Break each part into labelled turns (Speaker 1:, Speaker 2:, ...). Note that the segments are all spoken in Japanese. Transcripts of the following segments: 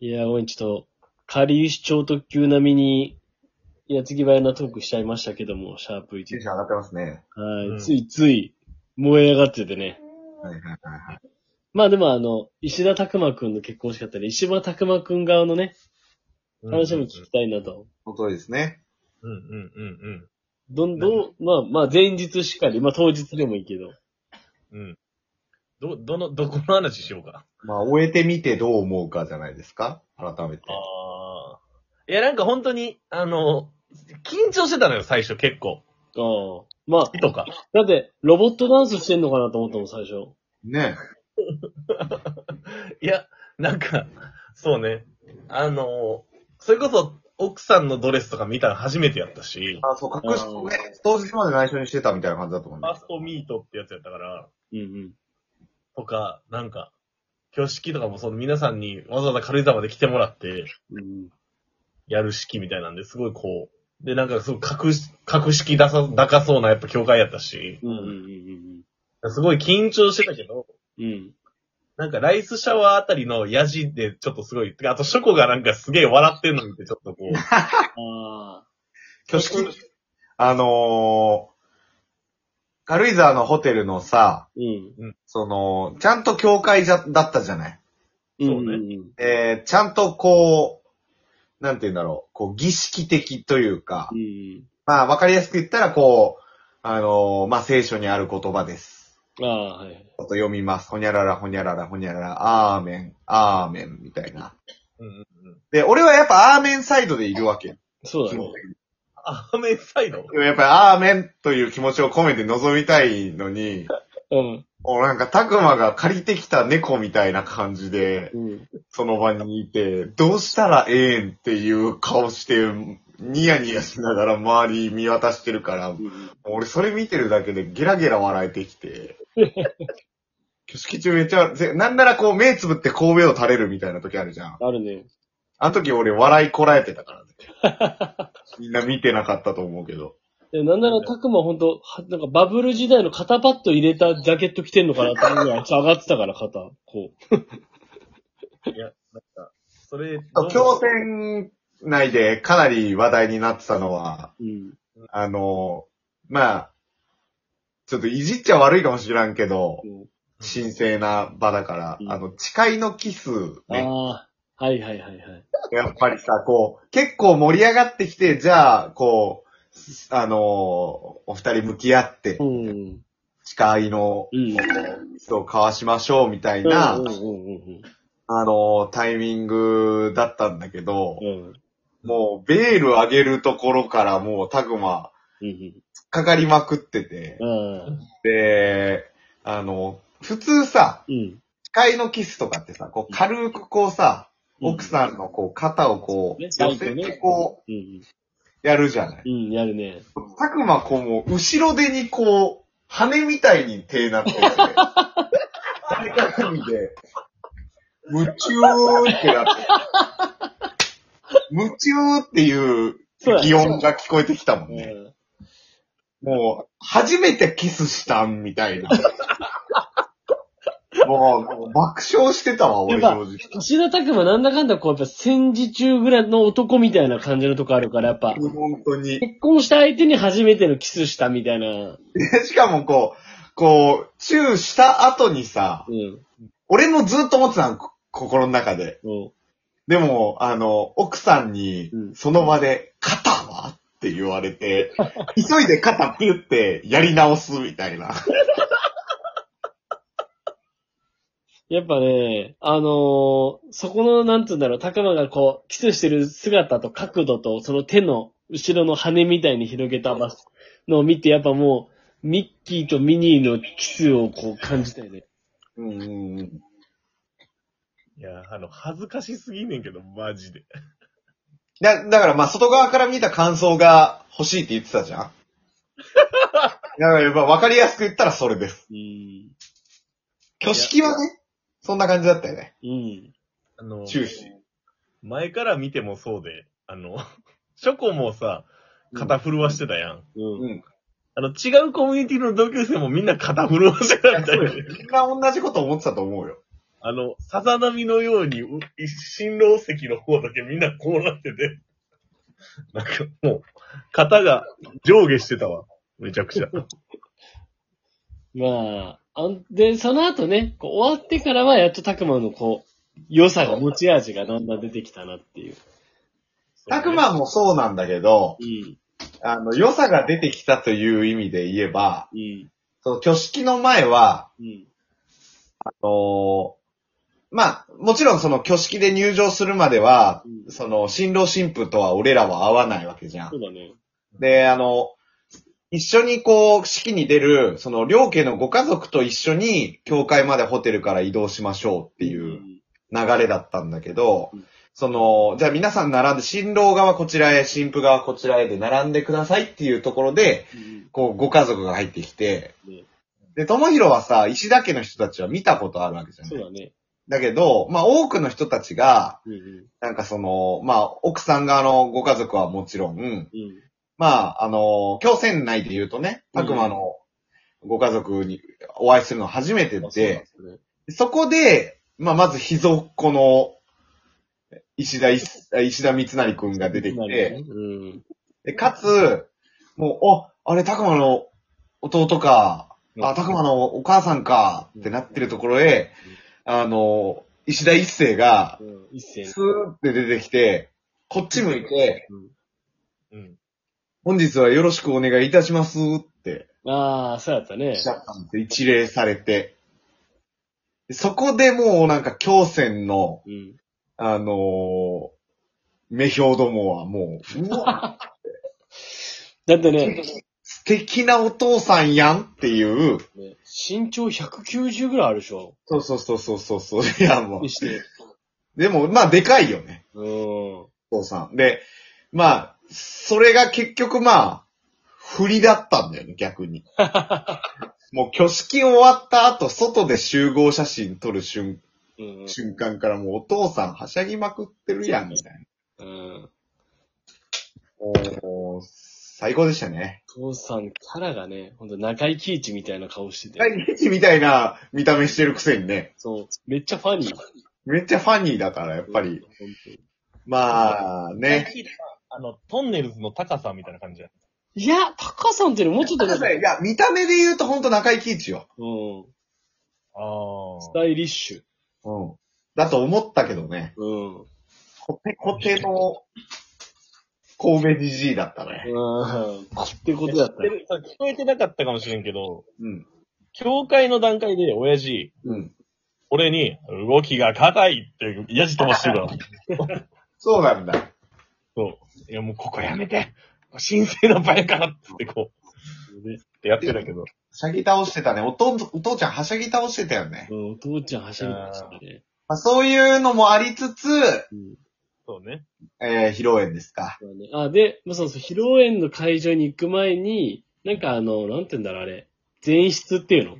Speaker 1: いや、ごめん、ちょっと、カリウシ超特急並みに、矢継ぎ早なトークしちゃいましたけども、シャープ
Speaker 2: テン
Speaker 1: 1。
Speaker 2: ション上がってますね。
Speaker 1: はい、
Speaker 3: うん
Speaker 1: ついつい、燃え上がっててね。
Speaker 2: はいはいはいはい。
Speaker 1: まあでもあの、石田拓馬くんの結婚式だったり、石破拓馬くん側のね、話も聞きたいなと。
Speaker 2: その通りですね。
Speaker 3: うんうんうん
Speaker 1: どんどん、まあまあ前日しかり、まあ当日でもいいけど。
Speaker 3: うん。うん。ど、どの、どこの話しようか。
Speaker 2: まあ、終えてみてどう思うかじゃないですか改めて。
Speaker 3: ああ。いや、なんか本当に、あの、緊張してたのよ、最初結構。
Speaker 1: ああ。まあ、
Speaker 3: とか。
Speaker 1: だって、ロボットダンスしてんのかなと思ったもん、最初。
Speaker 2: ね
Speaker 3: いや、なんか、そうね。あの、それこそ、奥さんのドレスとか見たの初めてやったし、
Speaker 2: あ、そう、隠し、ね、当日まで内緒にしてたみたいな感じだと思うん
Speaker 3: ファ
Speaker 2: だ
Speaker 3: ーストミートってやつやったから、
Speaker 1: うんうん。
Speaker 3: とか、なんか、挙式とかもその皆さんにわざわざ軽井沢まで来てもらって、
Speaker 1: うん、
Speaker 3: やる式みたいなんで、すごいこう、で、なんかすごい格し、格式ださ、高そうなやっぱ教会やったし、
Speaker 1: うん、うん、うん
Speaker 3: すごい緊張してたけど、
Speaker 1: うん。うん。
Speaker 3: なんかライスシャワーあたりのヤジでちょっとすごい、てかあとショコがなんかすげえ笑ってんの見てちょっとこう、
Speaker 1: ああ。
Speaker 2: 挙式、あのー、軽井沢のホテルのさ、
Speaker 1: うん。
Speaker 2: その、ちゃんと教会じゃ、だったじゃない
Speaker 3: そうね
Speaker 1: んん
Speaker 2: えー、ちゃんとこう、なんて言うんだろう、こう、儀式的というか、
Speaker 1: うん。
Speaker 2: まあ、わかりやすく言ったら、こう、あのー、まあ、聖書にある言葉です。
Speaker 1: ああ、はい。
Speaker 2: ちょっと読みます。ほにゃらら、ほにゃらら、ほにゃらら、アーメン、アーメン、みたいな。
Speaker 3: うんうんうん。
Speaker 2: で、俺はやっぱアーメンサイドでいるわけ。
Speaker 1: そうだ
Speaker 2: 基
Speaker 1: ね
Speaker 2: 本。的に
Speaker 3: アーメンサイド
Speaker 2: でもやっぱアーメンという気持ちを込めて臨みたいのに、
Speaker 1: うん。
Speaker 2: もうなんか、たくまが借りてきた猫みたいな感じで、
Speaker 1: うん。
Speaker 2: その場にいて、どうしたらええんっていう顔して、ニヤニヤしながら周り見渡してるから、もう俺それ見てるだけでゲラゲラ笑えてき て、挙式中めっちゃ、ぜなんならこう目つぶって神戸を垂れるみたいな時あるじゃん。
Speaker 1: あるね。
Speaker 2: あの時俺笑いこらえてたからね。 みんな見てなかったと思うけど。
Speaker 1: でなんなら、たくまほんと、はなんかバブル時代の肩パッド入れたジャケット着てんのかなっていうぐらい上がってたから、肩。こう。
Speaker 3: いや、なんか、それ、
Speaker 2: 京戦内でかなり話題になってたのは、
Speaker 1: うん。
Speaker 2: あの、まあ、ちょっといじっちゃ悪いかもしらんけ
Speaker 1: こ
Speaker 2: ど、
Speaker 1: う
Speaker 2: 神聖な場だから、
Speaker 1: うん
Speaker 2: あの、誓いのキスね。
Speaker 1: ああ。はいはいはいはい。
Speaker 2: やっぱりさ、こう、結構盛り上がってきて、じゃあ、こう、あのーお二人向き合って
Speaker 1: う、ん。
Speaker 2: 誓いの
Speaker 1: うん。
Speaker 2: キスを交わしましょうみたいな、
Speaker 1: うんうんうん
Speaker 2: あのータイミングだったんだけど、
Speaker 1: うん。
Speaker 2: もう、ベール上げるところからもう、タグマ、
Speaker 1: うん。
Speaker 2: かかりまくってて、
Speaker 1: うん。
Speaker 2: で、あの、普通さ、
Speaker 1: うん。
Speaker 2: 誓いのキスとかってさ、こう軽くこうさ、奥さんのこう肩をこう、
Speaker 1: ね
Speaker 2: 寄せ
Speaker 1: 最後ね
Speaker 2: てこ
Speaker 1: うん。
Speaker 2: う、やるじゃない。
Speaker 1: うん、やるね。
Speaker 2: たくまこうもう、後ろ手にこう、羽みたいに手なってて、誰か組で、夢中ってなって、夢中っていう
Speaker 1: そうやね
Speaker 2: 擬音が聞こえてきたも
Speaker 1: うん
Speaker 2: ね。
Speaker 1: ん。
Speaker 2: もう、初めてキスしたんみたいな。もう、もう爆笑してたわ、
Speaker 1: や
Speaker 2: 俺
Speaker 1: っぱ
Speaker 2: 正直。
Speaker 1: 石田拓馬なんだかんだこう、やっぱ戦時中ぐらいの男みたいな感じのとこあるから、やっぱ、
Speaker 2: 本当に。
Speaker 1: 結婚した相手に初めてのキスしたみたいな。
Speaker 2: でしかもこう、こう、チューした後にさ、
Speaker 1: うん。
Speaker 2: 俺もずっと思ってたの、こ心の中で。
Speaker 1: そ
Speaker 2: でも、あの、奥さんに
Speaker 1: う、ん
Speaker 2: その場で、肩はって言われて、 急いで肩ピュってやり直すみたいな。
Speaker 1: う。やっぱね、あのーそこの、なんつうんだろう、高間がこう、キスしてる姿と角度と、その手の後ろの羽みたいに広げた場所のを見て、やっぱもう、ミッキーとミニーのキスをこう感じたよね。
Speaker 2: うんうんうん。
Speaker 3: いや、あの、恥ずかしすぎんねんけど、マジで。
Speaker 2: だ、だからまあ、外側から見た感想が欲しいって言ってた じゃん。だからやっぱ分かりやすく言ったらそれです。
Speaker 1: うん。
Speaker 2: 挙式はね、そんな感じだったよね。
Speaker 1: うん。
Speaker 3: あの、
Speaker 2: チューし。
Speaker 3: 前から見てもそうで、あの、 ショコもさ、肩震わしてたやん。
Speaker 1: うん。
Speaker 2: ん。
Speaker 3: あの、違うコミュニティの同級生もみんな肩震わしてたみたい
Speaker 2: み
Speaker 3: な。
Speaker 2: んな同じこと思ってたと思うよ。
Speaker 3: あの、さざ波のように、う新郎席の方だけみんなこうなってて、 なんかもう、肩が上下してたわ。めちゃ くちゃ。
Speaker 1: まあ、あんで、その後ね、こう終わってからはやっとたくまのこう、良さが、持ち味がだんだん出てきたなっていう。
Speaker 2: たくまもそうなんだけど、
Speaker 1: うん、
Speaker 2: あの、良さが出てきたという意味で言えば、
Speaker 1: うん、
Speaker 2: その挙式の前は、
Speaker 1: うん、
Speaker 2: あのまあ、もちろんその挙式で入場するまでは、
Speaker 1: うん
Speaker 2: その、新郎新婦とは俺らは会わないわけじゃ
Speaker 1: そ
Speaker 2: ん。
Speaker 1: うだね。
Speaker 2: で、あの、一緒にこう、式に出る、その、両家のご家族と一緒に、教会までホテルから移動しましょうっていううん流れだったんだけど
Speaker 1: うん、
Speaker 2: その、じゃあ皆さん並んで、新郎側こちらへ、新婦側こちらへで並んでくださいっていうところで、
Speaker 1: うん
Speaker 2: こう、ご家族が入ってきて
Speaker 1: ね、
Speaker 2: で、ともひろはさ、石田家の人たちは見たことあるわけじゃ
Speaker 1: そう
Speaker 2: ない。
Speaker 1: だね。
Speaker 2: だけど、まあ多くの人たちが、
Speaker 1: うん、う
Speaker 2: なんかその、まあ奥さん側のご家族はもちろん、
Speaker 1: ん、うん。
Speaker 2: まああの、強制内で言うとね、
Speaker 1: うん
Speaker 2: たくまのご家族にお会いするの初め
Speaker 1: あ
Speaker 2: て
Speaker 1: そうなん
Speaker 2: で、
Speaker 1: すね
Speaker 2: そこで、まあまず秘蔵っ子の石田一、石田三成くんが出てき
Speaker 1: な
Speaker 2: て、
Speaker 1: るほどねうん。
Speaker 2: で、かつ、もう、あ、あれ、たくまの弟か、
Speaker 1: うん
Speaker 2: あ、たくまのお母さんか、ってなってるところへ、あの、石田一世が、
Speaker 1: うん一斉に
Speaker 2: スーって出てきて、こっち向いて、
Speaker 3: うん。
Speaker 2: 本日はよろしくお願いいたしますって、
Speaker 1: ああ、そうやったね
Speaker 2: し。ちゃったんです一礼されて。でそこでもうなんか、京戦の、
Speaker 1: うん。
Speaker 2: あのー、目標どもはもう、う わ
Speaker 1: だってね、
Speaker 2: 素敵なお父さんやんっていう、
Speaker 1: ね身長190ぐらいあるでしょ
Speaker 2: そうそうそうそうそうそう。いや、も
Speaker 1: にして。
Speaker 2: う。でも、まあ、でかいよね。
Speaker 1: うん。
Speaker 2: お父さん。で、まあ、それが結局まあ、振りだったんだよね、逆 に。もう挙式終わった後、外で集合写真撮る瞬
Speaker 1: うん。
Speaker 2: 瞬間からもうお父さんはしゃぎまくってるやん、みたいな。
Speaker 1: うん。
Speaker 2: おー最高でしたね。
Speaker 1: 父さん、キャラがね、ほんと中井貴一みたいな顔してて。
Speaker 2: 大日みたいな見た目してるくせにね、
Speaker 1: そう。めっちゃファニー。や
Speaker 2: めっちゃファニーだから、やっぱり。。まあ、ね。
Speaker 3: あの、トンネルズの高さみたいな感じや。
Speaker 1: いや、タカさんっていうのもうちょっと
Speaker 2: た
Speaker 1: な
Speaker 2: だ
Speaker 1: んか
Speaker 2: さ、いや、見た目で言うとほんと中井貴一よ。
Speaker 1: うん。
Speaker 3: ああ。
Speaker 1: スタイリッシュ。
Speaker 2: うん。だと思ったけどね。
Speaker 1: うん。う
Speaker 2: コテコテの神戸じじいだったね。
Speaker 1: ん。ってことだったね。
Speaker 3: 聞こえてなかったかもしれんけど、
Speaker 2: うん。
Speaker 3: 教会の段階で親父、
Speaker 2: うん。
Speaker 3: 俺に、動きが硬いって、やじ飛ばして るから。
Speaker 2: そうなんだ。
Speaker 3: そう。いや、もうここやめて。神聖な場やからっつってこう、ってやってたけど。
Speaker 2: はしゃぎ倒してたね。おとん、お父ちゃんはしゃぎ倒してたよね。
Speaker 1: うん、お父ちゃん走りましたね。
Speaker 2: まあ、そういうのもありつつ、
Speaker 1: うん。
Speaker 3: そうね。
Speaker 2: えー、披露宴ですか。
Speaker 1: そうだねあ、で、まあ、そうそう、披露宴の会場に行く前に、なんかあの、なんて言うんだろう、あれ。前室っていうの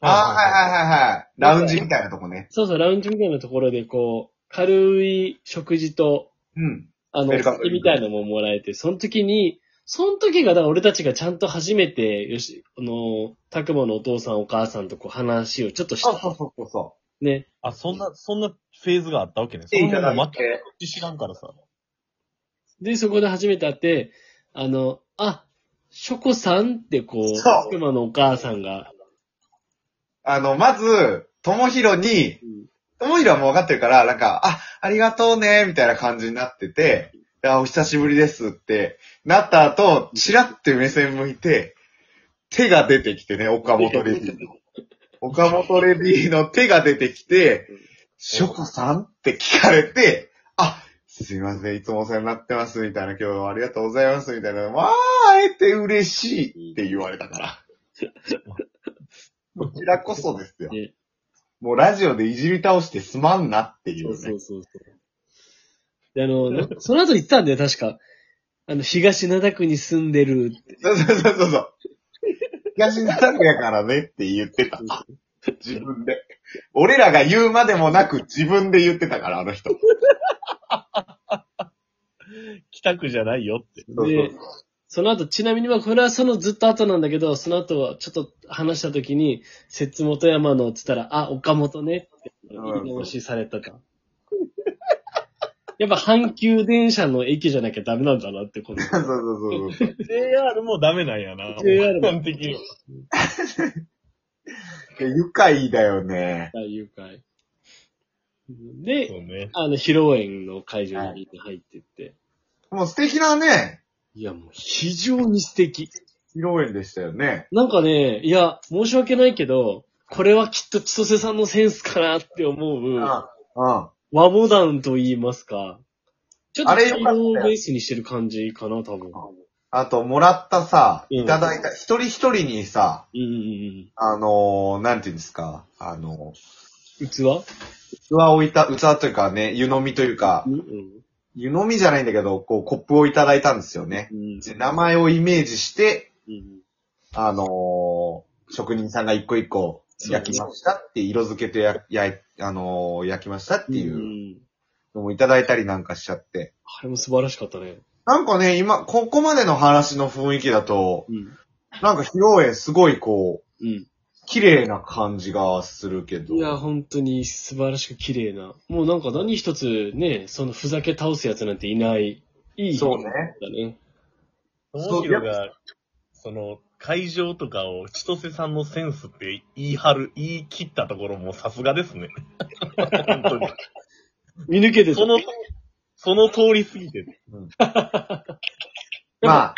Speaker 2: あー、はいはい
Speaker 3: い。
Speaker 2: はいはい。ラウンジみたいなとこね。
Speaker 1: そうそう、ラウンジみたいなところで、こう、軽い食事と、
Speaker 2: うん。
Speaker 1: あの、
Speaker 2: ウェルカム
Speaker 1: 酒みたいのももらえて、その時に、その時が、だから俺たちがちゃんと初めて、よし、あの、たくまのお父さんお母さんとこう話をちょっとし
Speaker 2: そうそ
Speaker 1: た。
Speaker 2: うそうそうそ
Speaker 1: ね。
Speaker 3: あ、そんな、そんなフェーズがあったわけね。
Speaker 2: う。
Speaker 3: そん
Speaker 2: いた
Speaker 3: な
Speaker 2: だ
Speaker 3: の
Speaker 2: い
Speaker 3: 全
Speaker 2: て。
Speaker 3: く知らんからさ。
Speaker 1: で、そこで初めて会って、あの、あ、ショコさんってこう、
Speaker 2: そう
Speaker 1: たくまのお母さんが、
Speaker 2: あの、まず、ともひろに、ともひろはもう分かってるから、なんか、あ、ありがとうね、みたいな感じになってて、あ、お久しぶりですって、なった後、チラって目線向いて、手が出てきてね、岡本レディの。岡本レディの手が出てきて
Speaker 1: うん、
Speaker 2: ショコさんって聞かれて、あ、すいません、いつもお世話になってます、みたいな、今日はありがとうございます、みたいな、わあ、会えて嬉しいって言われた から。こちらこそですよ
Speaker 1: ね。
Speaker 2: もうラジオでいじり倒してすまんなってい
Speaker 1: そううそ
Speaker 2: ね
Speaker 1: う。そうそう。で、あの、なその後行ったんだよ、確か。あの、東灘区に住んでるって。
Speaker 2: そうそうそうそうそう。東中やからねって言ってた。自分で。俺らが言うまでもなく自分で言ってたから、あの人。
Speaker 3: 北区じゃないよって。
Speaker 2: そうそう
Speaker 1: でその後、ちなみにまあこれはそのずっと後なんだけど、その後はちょっと話した時に、節元山のって言ったら、あ、岡本ねって言い直しされたか。やっぱ阪急電車の駅じゃなきゃダメなんだなって、この。
Speaker 2: そうそうそうそう。
Speaker 3: JR もダメなんやな。
Speaker 1: JR も
Speaker 3: 基本的には。
Speaker 2: 愉快だよね。
Speaker 1: 誘拐。で、
Speaker 3: そうね。
Speaker 1: あの、披露宴の会場に入ってって。い、
Speaker 2: もう素敵なね、
Speaker 1: や、もう非常に素敵。
Speaker 2: 披露宴でしたよね。
Speaker 1: なんかね、いや、申し訳ないけど、これはきっと千歳さんのセンスかなって思
Speaker 2: う
Speaker 1: う、和
Speaker 2: うん。
Speaker 1: モダンと言いますか。ちょっと
Speaker 2: あれよか
Speaker 1: 黄
Speaker 2: ったよ
Speaker 1: 色をベースにしてる感じかな、多分。
Speaker 2: あと、もらったさ、
Speaker 1: うん
Speaker 2: いただいた、一人一人にさ、
Speaker 1: うんうん
Speaker 2: あのー、なんていうんですか、あの
Speaker 1: うん。器
Speaker 2: ー、器を置いた、器というかね、湯飲みというか
Speaker 1: う、んうん。
Speaker 2: 湯飲みじゃないんだけど、こう、コップをいただいたんですよね。
Speaker 1: うん
Speaker 2: で名前をイメージして、
Speaker 1: うん
Speaker 2: あのー、職人さんが一個一個焼きましたって、色付けてや、やい、あのー、焼きましたってい
Speaker 1: うん
Speaker 2: う
Speaker 1: うん。
Speaker 2: のもいただいたりなんかしちゃって。
Speaker 1: あれも素晴らしかったね。
Speaker 2: なんかね、今、ここまでの話の雰囲気だと、
Speaker 1: うん。
Speaker 2: なんか披露宴すごいこう、
Speaker 1: うん。
Speaker 2: 綺麗な感じがするけど。
Speaker 1: いや、本当に素晴らしく綺麗な。もうなんか何一つね、そのふざけ倒すやつなんていない。いい
Speaker 2: そうね。
Speaker 1: だね。
Speaker 3: 友広が、その、会場とかを千歳さんのセンスって言い張る、言い切ったところもさすがです ね。本当に。
Speaker 1: 見抜けてた
Speaker 3: その、その通り過ぎてる。
Speaker 2: まあ、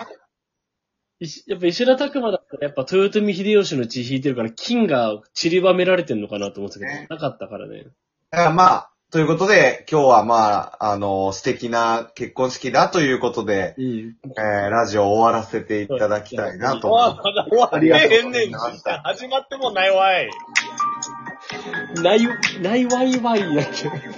Speaker 1: 石やっぱ石田拓馬だったら、やっぱ豊臣秀吉の血引いてるから、金が散りばめられてんのかなと思ってたけど
Speaker 2: ね、
Speaker 1: なかったからね。
Speaker 2: だからまあ、ということで、今日はまあ、あのー、素敵な結婚式だということで、
Speaker 1: うん。
Speaker 2: えー、ラジオを終わらせていただきたいなと
Speaker 3: 終
Speaker 2: 思いま
Speaker 3: わ
Speaker 2: す。
Speaker 3: まだ終わ
Speaker 2: あ
Speaker 3: っ
Speaker 2: りがとうご
Speaker 3: て
Speaker 2: ざ
Speaker 3: へ
Speaker 2: い
Speaker 3: ん
Speaker 2: ま
Speaker 3: ねんし。
Speaker 2: した
Speaker 3: 始まってもないわい。
Speaker 1: ない、ないわいわいだっけ